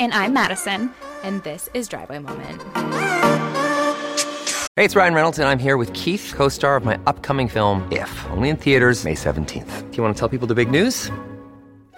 And I'm Madison, and this is Driveway Moment. Hey, it's Ryan Reynolds, and I'm here with Keith, co star of my upcoming film, If, only in theaters, May 17th. Do you want to tell people the big news?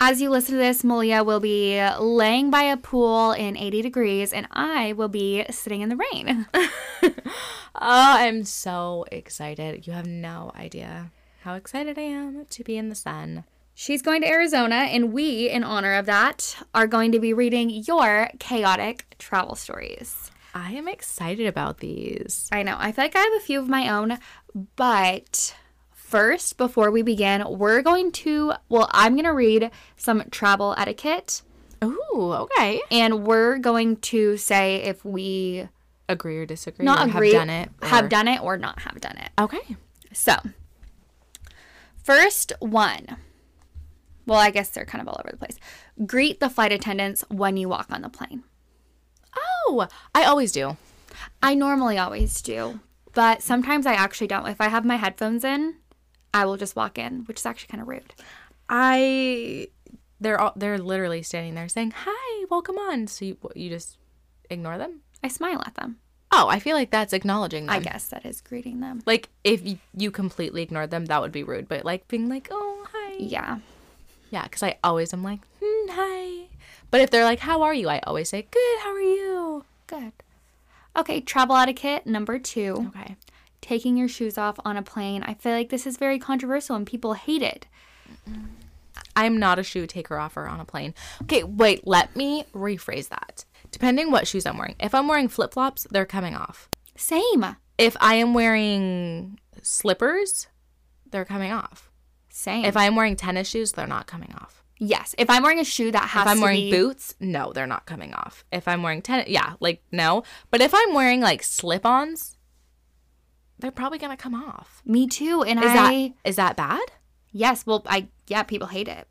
As you listen to this, Malia will be laying by a pool in 80 degrees, and I will be sitting in the rain. Oh, I'm so excited. You have no idea how excited I am to be in the sun. She's going to Arizona, and we, in honor of that, are going to be reading your chaotic travel stories. I am excited about these. I know, I feel like I have a few of my own, but first, before we begin, we're going to, well, I'm going to read some travel etiquette, Ooh, okay. and we're going to say if we Agree or disagree? not or agree, Have done it. or- have done it, or not have done it. Okay. So, first one. Well, I guess they're kind of all over the place. Greet the flight attendants when you walk on the plane. Oh, I always do. I normally always do, but sometimes I actually don't. If I have my headphones in, I will just walk in, which is actually kind of rude. I they're all they're literally standing there saying hi, welcome on. So you you just ignore them. I smile at them. Oh, I feel like that's acknowledging them. I guess that is greeting them. Like if you, you completely ignored them, that would be rude. But like being like, oh hi, Yeah. yeah, because I always am like hmm, hi. But if they're like, how are you? I always say good. How are you? Good. Okay, travel etiquette number 2. Okay. taking your shoes off on a plane. I feel like this is very controversial and people hate it. I'm not a shoe taker offer on a plane. Okay, wait, let me rephrase that. Depending what shoes I'm wearing. If I'm wearing flip flops, they're coming off. Same. If I am wearing slippers, they're coming off. Same. If I'm wearing tennis shoes, they're not coming off. yes, if I'm wearing a shoe that has If I'm to wearing be- boots, no, they're not coming off. If I'm wearing tennis, yeah, like no. But if I'm wearing like slip ons, they're probably gonna come off. me too. And Is I that is that bad? yes, well I yeah, people hate it.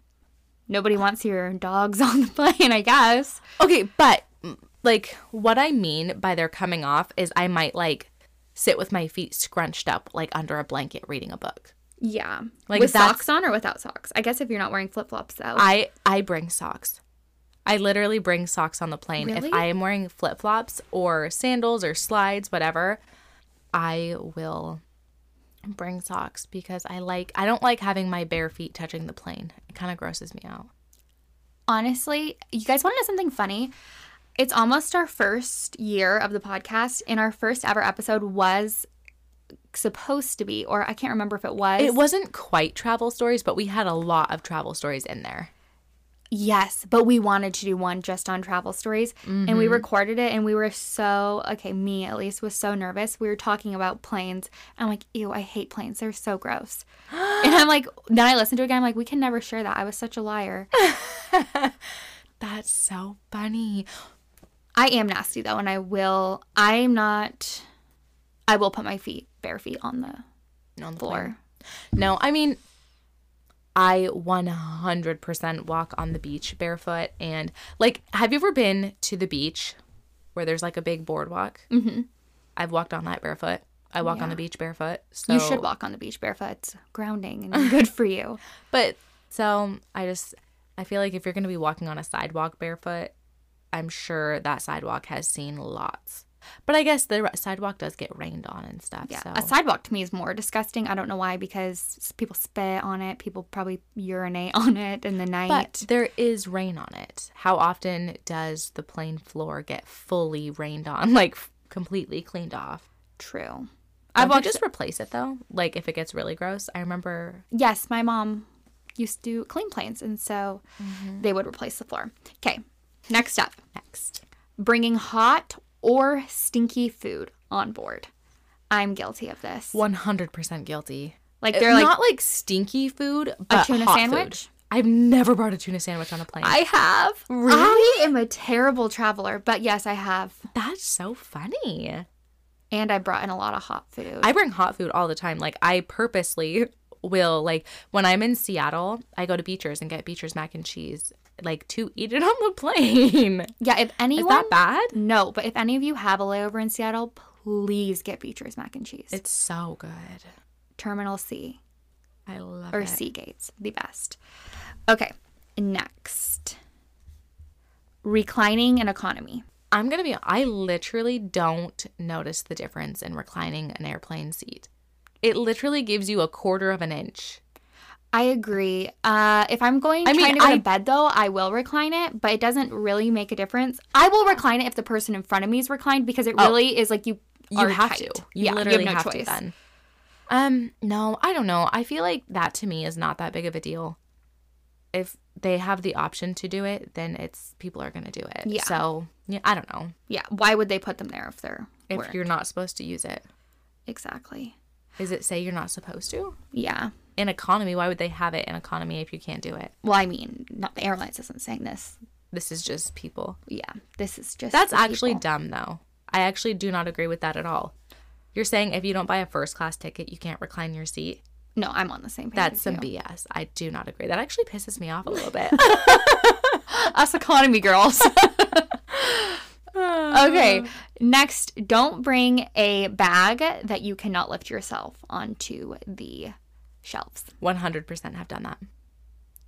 Nobody wants your dogs on the plane, I guess. Okay, but mm, like what I mean by they're coming off is I might like sit with my feet scrunched up like under a blanket reading a book. Yeah. Like, with that's- socks on or without socks? I guess if you're not wearing flip flops though. I I bring socks. I literally bring socks on the plane. Really? If I am wearing flip-flops or sandals or slides, whatever, I will bring socks because I like I don't like having my bare feet touching the plane. It kind of grosses me out. honestly, you guys want to know something funny? It's almost our first year of the podcast, and our first ever episode was supposed to be, or I can't remember if it was. It wasn't quite travel stories, but we had a lot of travel stories in there. Yes, but we wanted to do one just on travel stories, and we recorded it, and we were so okay. Me at least was so nervous. We were talking about planes. I'm like, ew, I hate planes. They're so gross. and I'm like, then I listened to it again. I'm like, we can never share that. I was such a liar. That's so funny. I am nasty though, and I will. I'm not. I will put my feet, bare feet, on the on the floor. plane. No, I mean, I 100% walk on the beach barefoot. And like, have you ever been to the beach where there's like a big boardwalk? Mm-hmm. I've walked on that barefoot. I walk on the beach barefoot. So You should walk on the beach barefoot. It's grounding and good for you. But so I just, I feel like if you're going to be walking on a sidewalk barefoot, I'm sure that sidewalk has seen lots. But I guess the sidewalk does get rained on and stuff. Yeah. so. A sidewalk to me is more disgusting. I don't know why, because s- people spit on it, people probably urinate on it in the night. But there is rain on it. How often does the plane floor get fully rained on, like f- completely cleaned off? True. I I've would walked. just replace it though. Like if it gets really gross, I remember. yes, my mom used to clean planes, and so Mm-hmm. they would replace the floor. Okay. Next up, Next, bringing hot or stinky food on board. I'm guilty of this. one hundred percent guilty. Like Uh, they're like not like stinky food, but a tuna hot sandwich. food. I've never brought a tuna sandwich on a plane. I have. Really? I am a terrible traveler, but yes, I have. That's so funny. And I brought in a lot of hot food. I bring hot food all the time. Like I purposely will like when I'm in Seattle, I go to Beecher's and get Beecher's mac and cheese like to eat it on the plane. yeah, if anyone. Is that bad? No, but if any of you have a layover in Seattle, please get Beecher's mac and cheese. It's so good. Terminal C I love or it. Seagates, the best. Okay, next. Reclining and economy. I'm gonna be I literally don't notice the difference in reclining an airplane seat. It literally gives you a quarter of an inch. I agree. Uh, if I'm going I mean, trying to go I- to bed though, I will recline it, but it doesn't really make a difference. I will recline it if the person in front of me is reclined because it really is like you. Oh. You are have tight. to. You yeah, literally you have, have, no to choice. then. Um, no, I don't know. I feel like that to me is not that big of a deal. If they have the option to do it, then it's people are gonna do it. Yeah. So yeah, I don't know. Yeah. Why would they put them there if they're If we're- you're not supposed to use it. exactly? Is it say you're not supposed to? Yeah. In economy, why would they have it in economy if you can't do it? Well, I mean, not the airlines isn't saying this. This is just people. Yeah. This is just That's the actually people. dumb, though. I actually do not agree with that at all. You're saying if you don't buy a first class ticket, you can't recline your seat. no. I'm on the same page. That's as some you. BS. I do not agree. That actually pisses me off a little bit. us economy girls. okay, next, don't bring a bag that you cannot lift yourself onto the shelves. 100% have done that.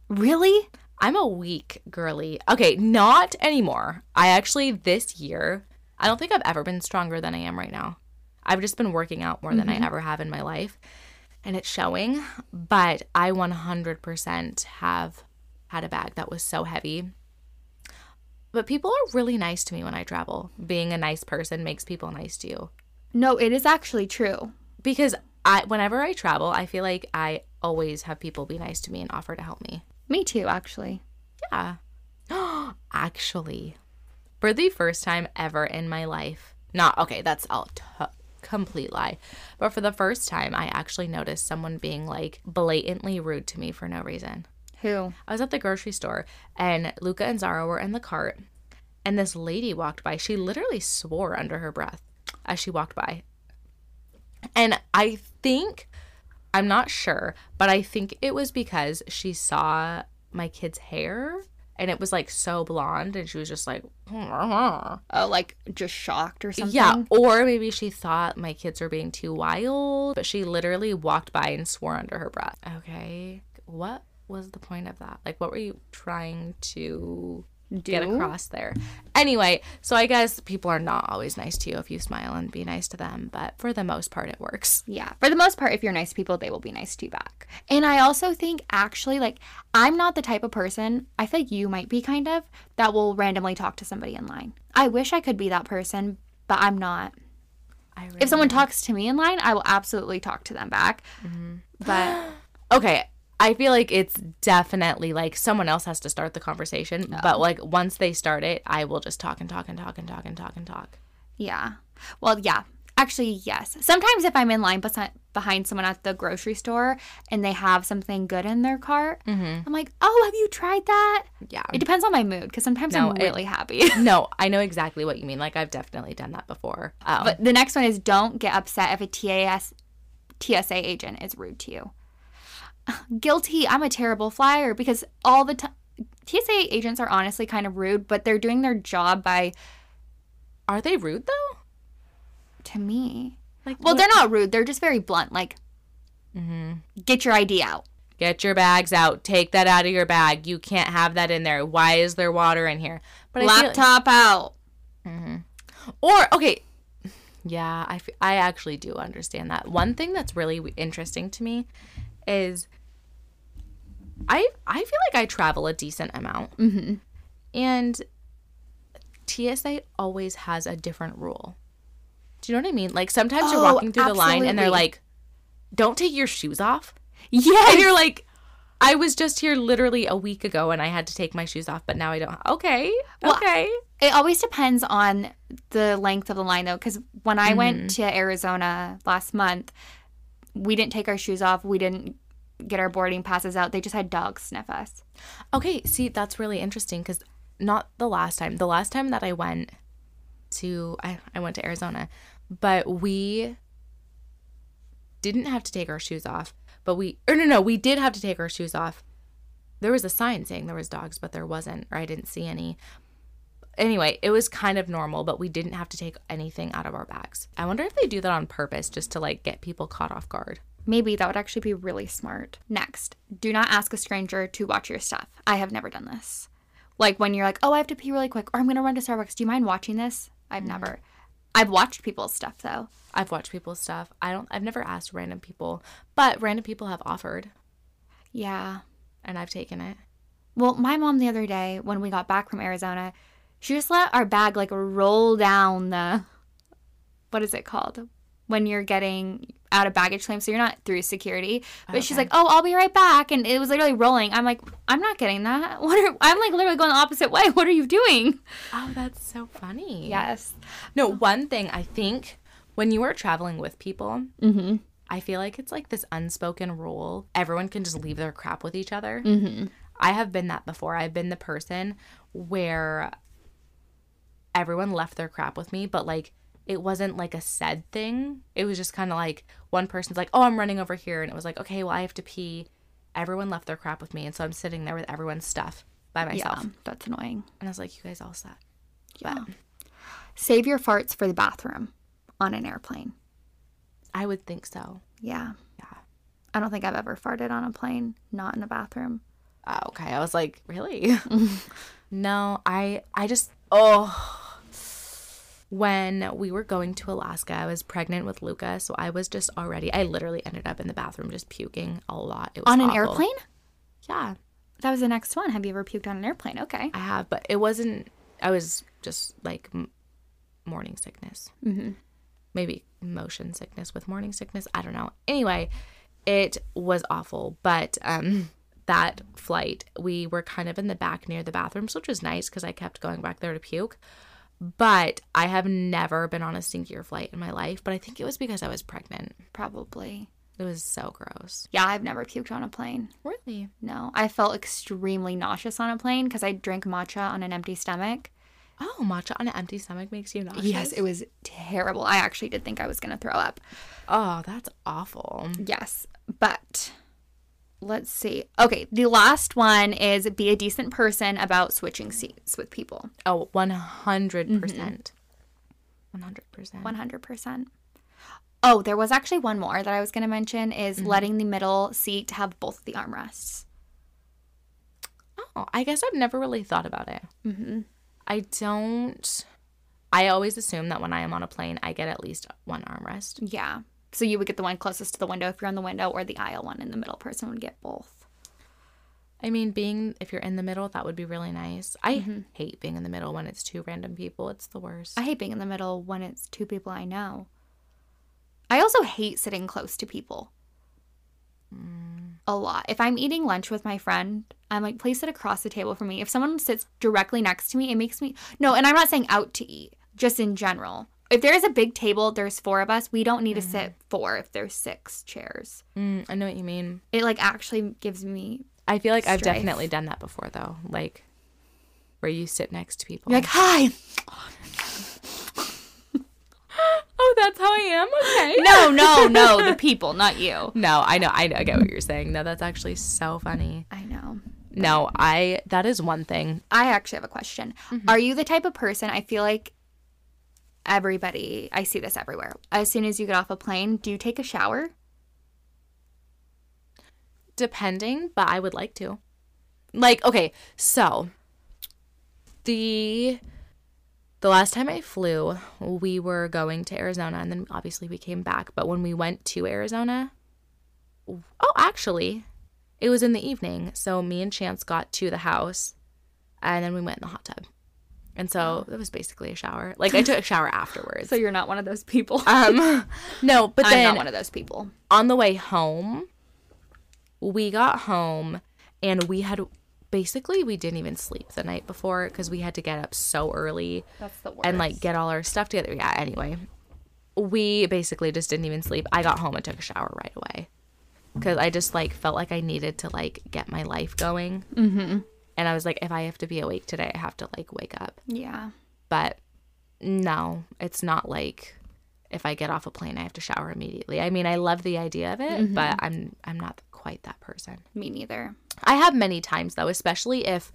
Really? I'm a weak girly. Okay, not anymore. I actually, this year, I don't think I've ever been stronger than I am right now. I've just been working out more than I ever have in my life, and it's showing. But I 100% have had a bag that was so heavy. But people are really nice to me when I travel. Being a nice person makes people nice to you No, it is actually true. because I, whenever I travel, I feel like I always have people be nice to me and offer to help me. Me too, actually. Yeah. Actually, for the first time ever in my life, not okay, that's a t- complete lie. But for the first time, I actually noticed someone being like blatantly rude to me for no reason. Who? I was at the grocery store and Luca and Zara were in the cart, and this lady walked by. She literally swore under her breath as she walked by. And I think, I'm not sure, but I think it was because she saw my kid's hair and it was like so blonde, and she was just like, Oh, like just shocked or something? yeah, or maybe she thought my kids were being too wild, but she literally walked by and swore under her breath. Okay. What was the point of that? Like, what were you trying to get Do? across there? Anyway, so I guess people are not always nice to you if you smile and be nice to them, but for the most part, it works. Yeah. For the most part, if you're nice to people, they will be nice to you back. And I also think, actually, like, I'm not the type of person, I feel like you might be kind of, that will randomly talk to somebody in line. I wish I could be that person, but I'm not. I really If someone talks to me in line, I will absolutely talk to them back. Mm-hmm. But okay i feel like it's definitely like someone else has to start the conversation but like once they start it i will just talk and talk and talk and talk and talk and talk yeah. Well, yeah. Actually, yes. Sometimes if I'm in line besi- behind someone at the grocery store and they have something good in their cart, Mm-hmm. I'm like, oh, have you tried that? yeah It depends on my mood because sometimes No, I'm it- really happy. no i know exactly what you mean like i've definitely done that before um, but the next one is don't get upset if a TAS, TSA agent is rude to you. Guilty. I'm a terrible flyer because all the time. TSA agents are honestly kind of rude, but they're doing their job by are they rude though to me. Like, well, what- they're not rude. They're just very blunt. Like, Mm-hmm. get your ID out. get your bags out take that out of your bag you can't have that in there why is there water in here but I feel- Laptop out. or okay yeah I, f- I actually do understand that one thing that's really w- interesting to me is i i feel like i travel a decent amount mm-hmm. and tsa always has a different rule do you know what i mean like sometimes you're Oh, walking through the line and they're absolutely. like don't take your shoes off Yes. and you're like i was just here literally a week ago and i had to take my shoes off but now i don't okay okay It always depends on the length of the line, though, because when I went to Arizona last month, we didn't take our shoes off. We didn't get our boarding passes out, they just had dogs sniff us. Okay, see, that's really interesting because not the last time. The last time that I went to, I, I went to Arizona, but we didn't have to take our shoes off. But we, or no, no, we did have to take our shoes off. There was a sign saying there was dogs, but there wasn't, or I didn't see any. Anyway, it was kind of normal, but we didn't have to take anything out of our bags. I wonder if they do that on purpose just to like get people caught off guard. Maybe that would actually be really smart. Next, do not ask a stranger to watch your stuff. I have never done this. Like when you're like, oh, I have to pee really quick, or I'm going to run to Starbucks. Do you mind watching this? I've never. I've watched people's stuff though. I've watched people's stuff. I don't I've never asked random people, but random people have offered Yeah. and I've taken it. Well, my mom the other day, when we got back from Arizona, she just let our bag like roll down the what is it called? When you're getting out of baggage claim, so you're not through security. But she's like, "Oh, I'll be right back," and it was literally rolling. I'm like, "I'm not getting that. What are I'm like literally going the opposite way. What are you doing?" Oh, that's so funny. Yes. No, one thing I think when you are traveling with people, I feel like it's like this unspoken rule. Everyone can just leave their crap with each other. I have been that before. I've been the person where everyone left their crap with me, but like it wasn't like a said thing. It was just kind of like one person's like, "Oh, I'm running over here," and it was like, "Okay, well, I have to pee." Everyone left their crap with me, and so I'm sitting there with everyone's stuff by myself. Yeah, that's annoying. And I was like, "You guys all suck." But Save your farts for the bathroom on an airplane. I would think so. Yeah. Yeah. I don't think I've ever farted on a plane, not in a bathroom. Oh, okay. I was like, really? no, I I just oh when we were going to Alaska, I was pregnant with Luca, so I was just already I literally ended up in the bathroom just puking a lot. It was On an awful. airplane? Yeah. That was the next one. Have you ever puked on an airplane? Okay. I have, but it wasn't I was just like m- morning sickness. Mm-hmm. Maybe motion sickness with morning sickness. I don't know. Anyway, it was awful, but um that flight, we were kind of in the back near the bathrooms, which was nice because I kept going back there to puke. But I have never been on a stinkier flight in my life, but I think it was because I was pregnant. Probably. It was so gross. Yeah, I've never puked on a plane. Really? No. I felt extremely nauseous on a plane because I drank matcha on an empty stomach. Oh, matcha on an empty stomach makes you nauseous. Yes, it was terrible. I actually did think I was going to throw up. Oh, that's awful. Yes, but let's see. Okay, the last one is be a decent person about switching seats with people. Oh, 100%. percent Mm-hmm. 100%. 100%. Oh, there was actually one more that I was going to mention is letting the middle seat have both the armrests. Oh, I guess I've never really thought about it. Mm-hmm. I don't. I always assume that when I am on a plane, I get at least one armrest. Yeah. So you would get the one closest to the window if you're on the window, or the aisle one in the middle person would get both. I mean, being, if you're in the middle, that would be really nice. I hate being in the middle when it's two random people. It's the worst. I hate being in the middle when it's two people I know. I also hate sitting close to people. A lot. If I'm eating lunch with my friend, I'm like, please sit across the table from me. If someone sits directly next to me, it makes me. No, and I'm not saying out to eat, just in general. If there is a big table, there's four of us, we don't need to sit four if there's six chairs. Mm, I know what you mean. It like actually gives me. I feel like I've Strife. definitely done that before, though. Like, where you sit next to people. You're like, hi. oh, that's how I am? Okay. No, no, no. The people, not you. No, I know. I know. I get what you're saying. No, that's actually so funny. I know. No, I, that is one thing. I actually have a question. Are you the type of person I feel like everybody, I see this everywhere. As soon as you get off a plane, do you take a shower? depending, but I would like to. Like, okay, so the the last time I flew, we were going to Arizona and then obviously we came back, but when we went to Arizona, oh, actually, it was in the evening. So me and Chance got to the house and then we went in the hot tub. And so it was basically a shower. Like I took a shower afterwards. So you're not one of those people. um no, but I'm then not one of those people. on the way home, we got home and we had basically we didn't even sleep the night before because we had to get up so early That's the worst. and like get all our stuff together. Yeah, anyway. We basically just didn't even sleep. I got home and took a shower right away. because I just like felt like I needed to like get my life going. Mm-hmm. And I was like, if I have to be awake today, I have to like wake up. Yeah. But no, it's not like if I get off a plane, I have to shower immediately. I mean, I love the idea of it, but I'm I'm not quite that person. Me neither. I have many times though, especially if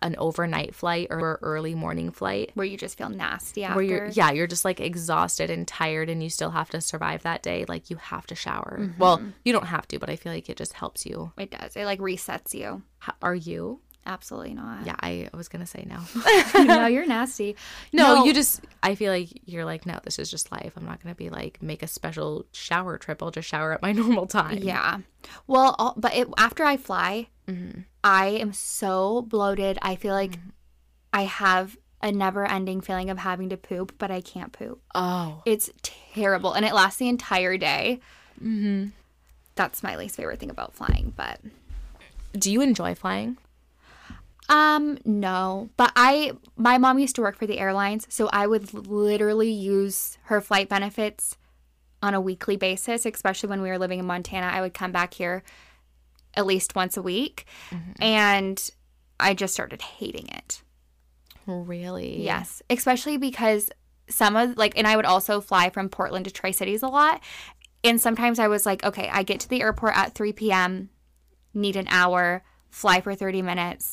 an overnight flight or early morning flight Where you just feel nasty after. where you're yeah you're just like exhausted and tired and you still have to survive that day like you have to shower well you don't have to but i feel like it just helps you It does. It like resets you. How, are you Absolutely not. yeah i was gonna say no no, you're nasty. no, you just i feel like you're like no this is just life i'm not gonna be like make a special shower trip i'll just shower at my normal time Yeah. Well, all, but it, after I fly, I am so bloated. I feel like I have a never ending feeling of having to poop, but I can't poop. oh It's terrible. And it lasts the entire day. Mm-hmm. That's my least favorite thing about flying, but. do you enjoy flying Um, no, but I my mom used to work for the airlines, so I would literally use her flight benefits on a weekly basis, especially when we were living in Montana. I would come back here at least once a week, and I just started hating it. really Yes, especially because some of like, and I would also fly from Portland to Tri Cities a lot. And sometimes I was like, okay, I get to the airport at 3 p.m., need an hour, fly for 30 minutes,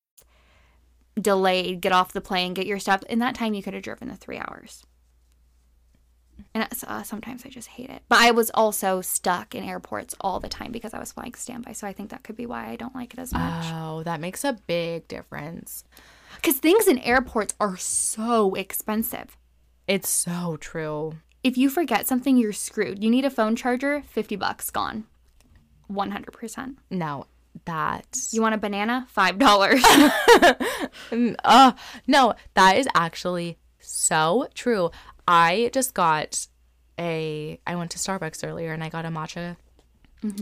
delayed, get off the plane, get your stuff. In that time, you could have driven the three hours. And that's, uh, sometimes I just hate it. But I was also stuck in airports all the time because I was flying standby. So I think that could be why I don't like it as much. oh that makes a big difference Because things in airports are so expensive. it's so true If you forget something, you're screwed. You need a phone charger, 50 bucks, gone. 100%. no that You want a banana? $5. Oh, no, that is actually so true. I just got a I went to Starbucks earlier and I got a matcha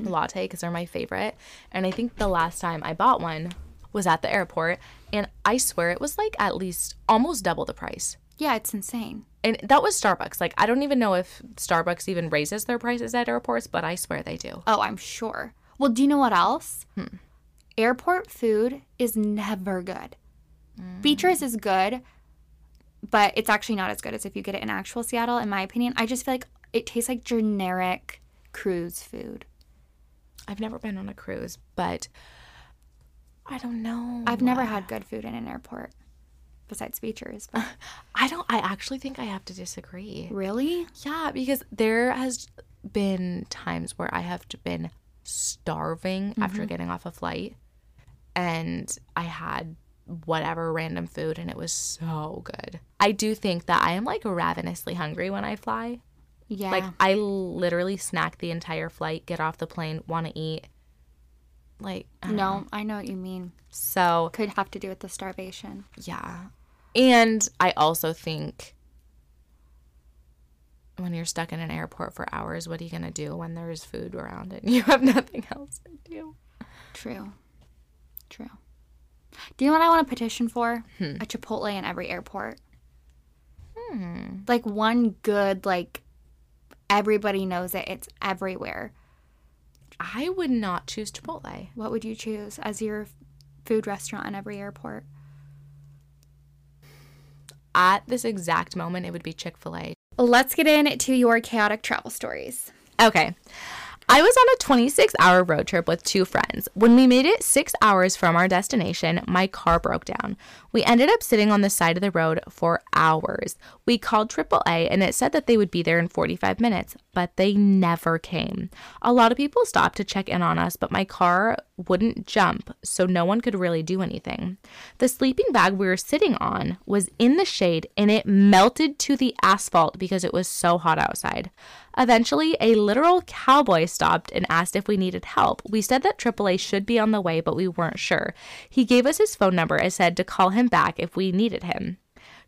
latte cuz they're my favorite. And I think the last time I bought one was at the airport and I swear it was like at least almost double the price. yeah, it's insane. And that was Starbucks. Like I don't even know if Starbucks even raises their prices at airports, but I swear they do. Oh, I'm sure. Well, do you know what else? Airport food is never good. Beatrice is good, but it's actually not as good as if you get it in actual Seattle, in my opinion. I just feel like it tastes like generic cruise food. I've never been on a cruise, but I don't know. I've never had good food in an airport besides Beatrice. But I don't I actually think I have to disagree. really? Yeah, because there has been times where I have been starving after getting off a flight and I had whatever random food and it was so good. I do think that I am like ravenously hungry when I fly. Yeah. Like I literally snack the entire flight, get off the plane, want to eat. Like I don't know. no, I know what you mean. So, Could have to do with the starvation. yeah. And I also think when you're stuck in an airport for hours, what are you going to do when there is food around and you have nothing else to do? True. True. Do you know what I want to petition for? A Chipotle in every airport. Like one good, like everybody knows it. It's everywhere. I would not choose Chipotle. What would you choose as your f- food restaurant in every airport? At this exact moment, it would be Chick fil A. Let's get into your chaotic travel stories. Okay. I was on a 26 hour road trip with two friends. When we made it six hours from our destination, my car broke down. We ended up sitting on the side of the road for hours. We called AAA and it said that they would be there in 45 minutes, but they never came. A lot of people stopped to check in on us, but my car wouldn't jump, so no one could really do anything. The sleeping bag we were sitting on was in the shade and it melted to the asphalt because it was so hot outside. Eventually, a literal cowboy stopped and asked if we needed help. We said that AAA should be on the way, but we weren't sure. He gave us his phone number and said to call him back if we needed him.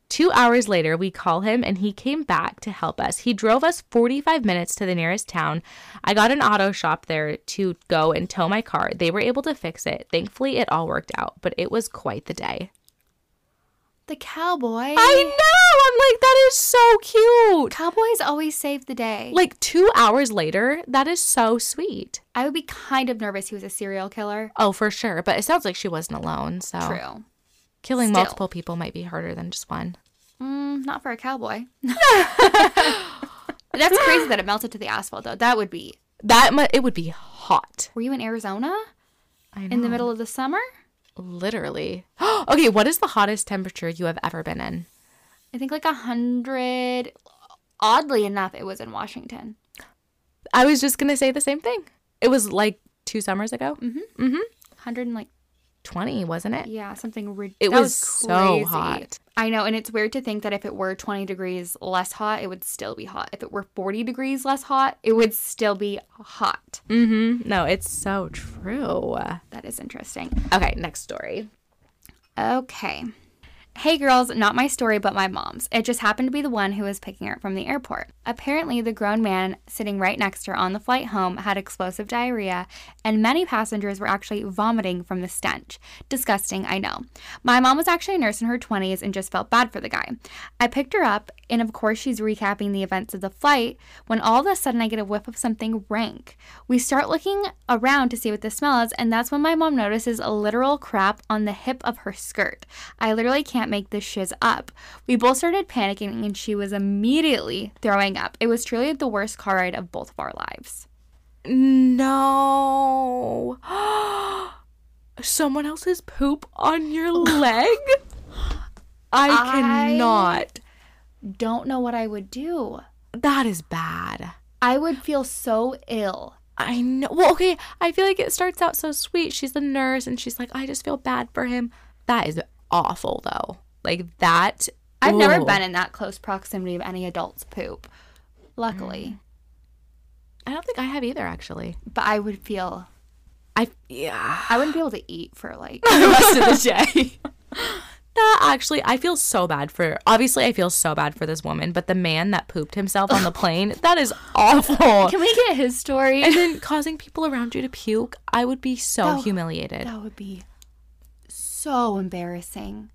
Two hours later, we call him and he came back to help us. He drove us 45 minutes to the nearest town. I got an auto shop there to go and tow my car. They were able to fix it. Thankfully, it all worked out, but it was quite the day. The cowboy. I know! I'm like, that is so cute. Cowboys always save the day. Like two hours later, that is so sweet. I would be kind of nervous he was a serial killer. Oh, for sure. But it sounds like she wasn't alone. So True. killing Still. multiple people might be harder than just one. Mm, not for a cowboy. That's crazy that it melted to the asphalt, though. That would be. That mu- it would be hot. Were you in Arizona I in the middle of the summer? Literally. okay, what is the hottest temperature you have ever been in? I think like a hundred. Oddly enough, it was in Washington. I was just gonna say the same thing. It was like two summers ago. Hundred and like Twenty, wasn't it? yeah, something ridiculous. It was so hot. I know, and it's weird to think that if it were 20 degrees less hot, it would still be hot. If it were 40 degrees less hot, it would still be hot. Mm-hmm. No, it's so true. That is interesting. Okay, next story. Okay. Hey girls, not my story, but my mom's. It just happened to be the one who was picking her up from the airport. Apparently, the grown man sitting right next to her on the flight home had explosive diarrhea, and many passengers were actually vomiting from the stench. Disgusting, I know. My mom was actually a nurse in her 20s and just felt bad for the guy. I picked her up, and of course, she's recapping the events of the flight when all of a sudden I get a whiff of something rank. We start looking around to see what the smell is, and that's when my mom notices a literal crap on the hip of her skirt. I literally can't make this shiz up. We both started panicking, and she was immediately throwing up. It was truly the worst car ride of both of our lives. No. Someone else's poop on your leg? I, cannot. Don't know what I would do. That is bad. I would feel so ill. I know. Well, okay. I feel like it starts out so sweet. She's the nurse and she's like, I just feel bad for him. That is awful, though. Like, that. I've never Ooh. been in that close proximity of any adult's poop, luckily, I don't think I have either, actually. but I would feel I. Yeah. I wouldn't be able to eat for like the rest of the day. That actually, I feel so bad for. Obviously, I feel so bad for this woman, but the man that pooped himself on the plane, that is awful. Can we get his story? And then causing people around you to puke, I would be so No. humiliated. That would be so embarrassing.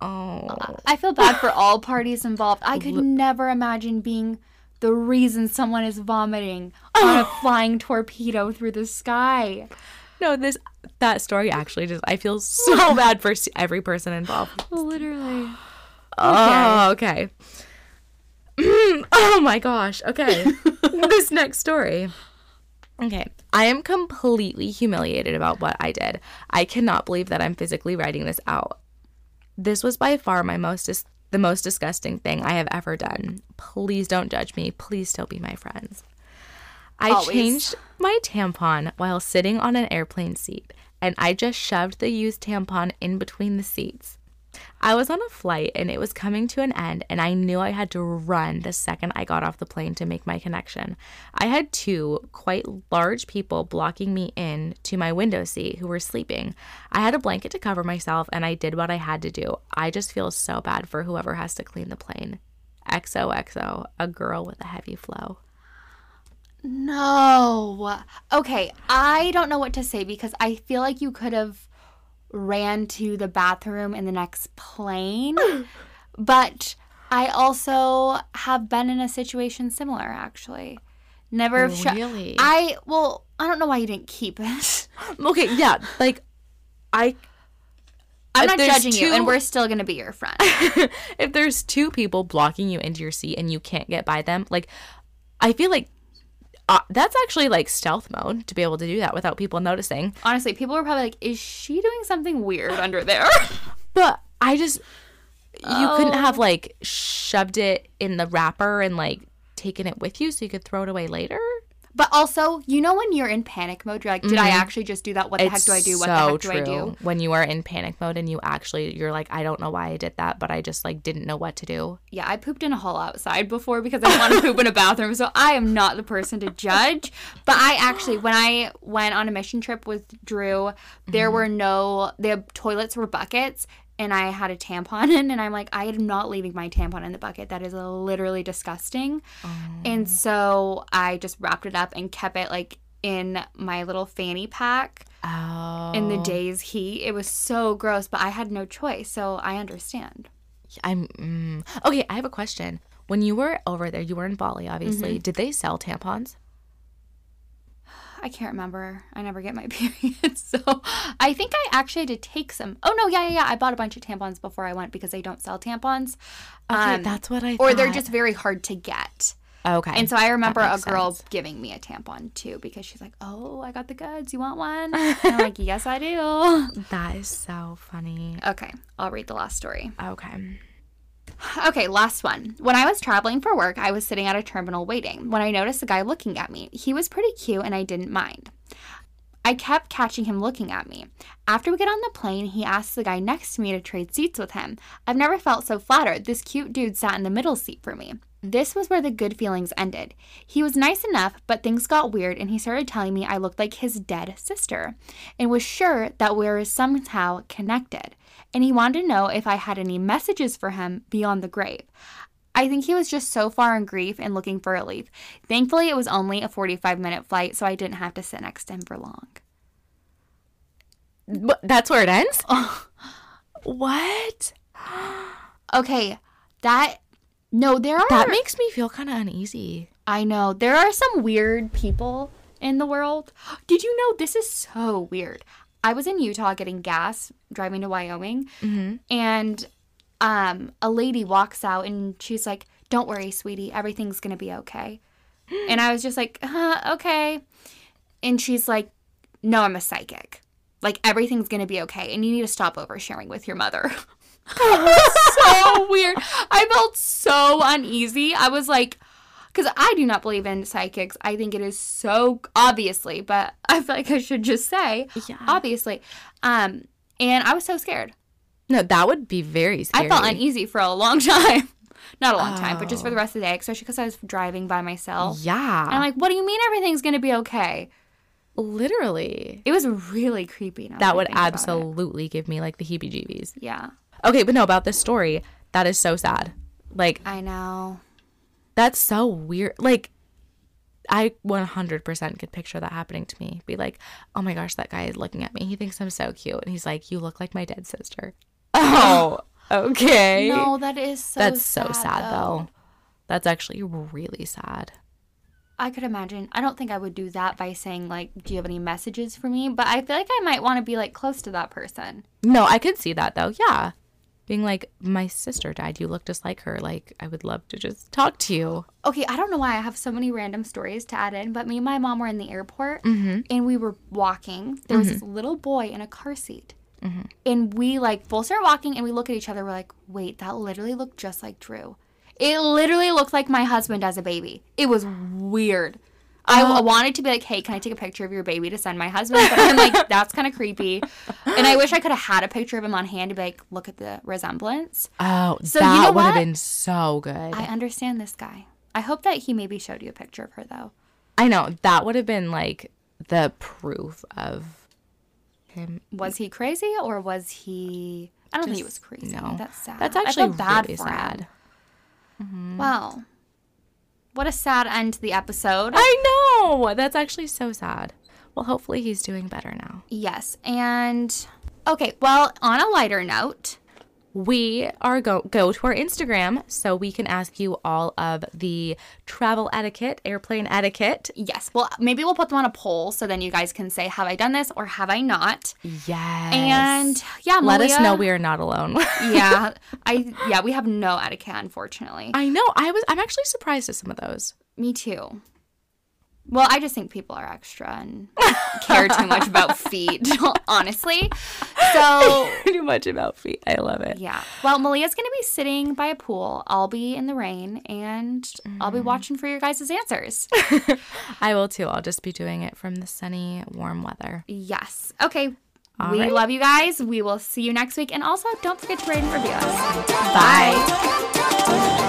Oh. I feel bad for all parties involved. I could never imagine being the reason someone is vomiting on a flying torpedo through the sky. No, this that story actually just I feel so bad for s- every person involved. Literally. Oh, okay. oh my gosh. Okay. this next story. Okay. I am completely humiliated about what I did. I cannot believe that I'm physically writing this out. This was by far my most dis- the most disgusting thing I have ever done. Please don't judge me. Please still be my friends. I Always. changed my tampon while sitting on an airplane seat, and I just shoved the used tampon in between the seats. I was on a flight and it was coming to an end, and I knew I had to run the second I got off the plane to make my connection. I had two quite large people blocking me in to my window seat who were sleeping. I had a blanket to cover myself, and I did what I had to do. I just feel so bad for whoever has to clean the plane. XOXO, a girl with a heavy flow. No. Okay, I don't know what to say because I feel like you could have ran to the bathroom in the next plane, but I also have been in a situation similar actually. Never have sho- Oh, Really? I well, I don't know why you didn't keep it. Okay, yeah, like I I'm If not there's judging you, and two- we're still gonna be your friend. if there's two people blocking you into your seat and you can't get by them, like I feel like uh, that's actually like stealth mode to be able to do that without people noticing. Honestly, people are probably like, "Is she doing something weird under there?" But I just you couldn't have Oh. like shoved it in the wrapper and like taken it with you so you could throw it away later. But also, you know when you're in panic mode, you're like, did I actually just do that? What the heck Mm-hmm. It's do I do? What so the heck do I do? true. When you are in panic mode and you actually you're like, I don't know why I did that, but I just like didn't know what to do. Yeah, I pooped in a hole outside before because I want to poop in a bathroom, so I am not the person to judge. But I actually, when I went on a mission trip with Drew, there were no the toilets were buckets, and I had a tampon in, and I'm like, I am not leaving my tampon in the bucket. That is literally disgusting. And so I just wrapped it up and kept it like in my little fanny pack Oh. in the day's heat. It was so gross, but I had no choice, so I understand. I'm mm. Okay, I have a question. When you were over there, you were in Bali obviously. Did they sell tampons? I can't remember. I never get my period. So I think I actually had to take some. Oh, no, yeah, yeah, yeah. I bought a bunch of tampons before I went because they don't sell tampons. Um, Okay, that's what I Or they're thought. just very hard to get. Okay. And so I remember a makes girl giving me a tampon too because she's like, oh, I got the goods. You want one? And I'm like, yes, I do. that is so funny. Okay, I'll read the last story. Okay. Okay, last one. When I was traveling for work, I was sitting at a terminal waiting when I noticed a guy looking at me. He was pretty cute and I didn't mind. I kept catching him looking at me. After we get on the plane, he asked the guy next to me to trade seats with him. I've never felt so flattered. This cute dude sat in the middle seat for me. This was where the good feelings ended. He was nice enough, but things got weird and he started telling me I looked like his dead sister and was sure that we were somehow connected. And he wanted to know if I had any messages for him beyond the grave. I think he was just so far in grief and looking for relief. Thankfully, it was only a 45 minute flight, so I didn't have to sit next to him for long. But that's where it ends? what? Okay, that no, there are. That makes me feel kind of uneasy. I know there are some weird people in the world. Did you know this is so weird? I was in Utah getting gas, driving to Wyoming, and um, a lady walks out and she's like, "Don't worry, sweetie, everything's gonna be okay." and I was just like, huh, "Okay," and she's like, "No, I'm a psychic. Like everything's gonna be okay, and you need to stop oversharing with your mother." so weird. I felt so uneasy. I was like, because I do not believe in psychics. I think it is so obviously, but I feel like I should just say, Yeah. obviously. Um, and I was so scared. No, that would be very scary. Oh. I felt uneasy for a long time. Not a long time, but just for the rest of the day, especially because I was driving by myself. Yeah. And I'm like, what do you mean everything's going to be okay? literally. It was really creepy. now I That would think about it. absolutely give me like the heebie jeebies. Yeah. Okay, but no, about this story, that is so sad. Like, I know. that's so weird. Like, I 100% could picture that happening to me. Be like, oh my gosh, that guy is looking at me. He thinks I'm so cute. And he's like, you look like my dead sister. Oh, okay. No, that is so that's so sad, though. That's actually really sad. I could imagine. I don't think I would do that by saying like, "Do you have any messages for me?" But I feel like I might want to be like close to that person. No, I could see that though. Yeah. Being like, my sister died. You look just like her. Like, I would love to just talk to you. Okay, I don't know why I have so many random stories to add in, but me and my mom were in the airport and we were walking. There was this little boy in a car seat. And we like both started walking and we look at each other. We're like, wait, that literally looked just like Drew. It literally looked like my husband as a baby. It was weird. I w- wanted to be like, hey, can I take a picture of your baby to send my husband? But I'm like, that's kind of creepy. And I wish I could have had a picture of him on hand to be like, look at the resemblance. Oh, So you that know would have what? been so good. I I, understand this guy. I hope that he maybe showed you a picture of her though. know. That would have been like the proof of him. was he crazy or was he I don't think he was crazy. No. That's sad. That's I actually feel bad really for sad. Mm. him. Well, what a sad end to the episode. Ah. I know. That's actually so sad. Well, hopefully he's doing better now. yes, and okay, well, on a lighter note, we are go go to our Instagram so we can ask you all of the travel etiquette, airplane etiquette. yes, well, maybe we'll put them on a poll so then you guys can say have I done this or have I not? Yes. And yeah, let us know Malia- we are not alone. yeah, I yeah, we have no etiquette unfortunately. I know. I was I'm actually surprised at some of those. Me too. Well, I just think people are extra and care too much about feet, honestly. So, Too much about feet. I love it. yeah. Well, Malia's going to be sitting by a pool. I'll be in the rain and I'll be watching for your guys' answers. I will too. I'll just be doing it from the sunny, warm weather. yes. Okay. we love you guys. We will see you next week. And also, don't forget to rate and review us. Bye. Bye.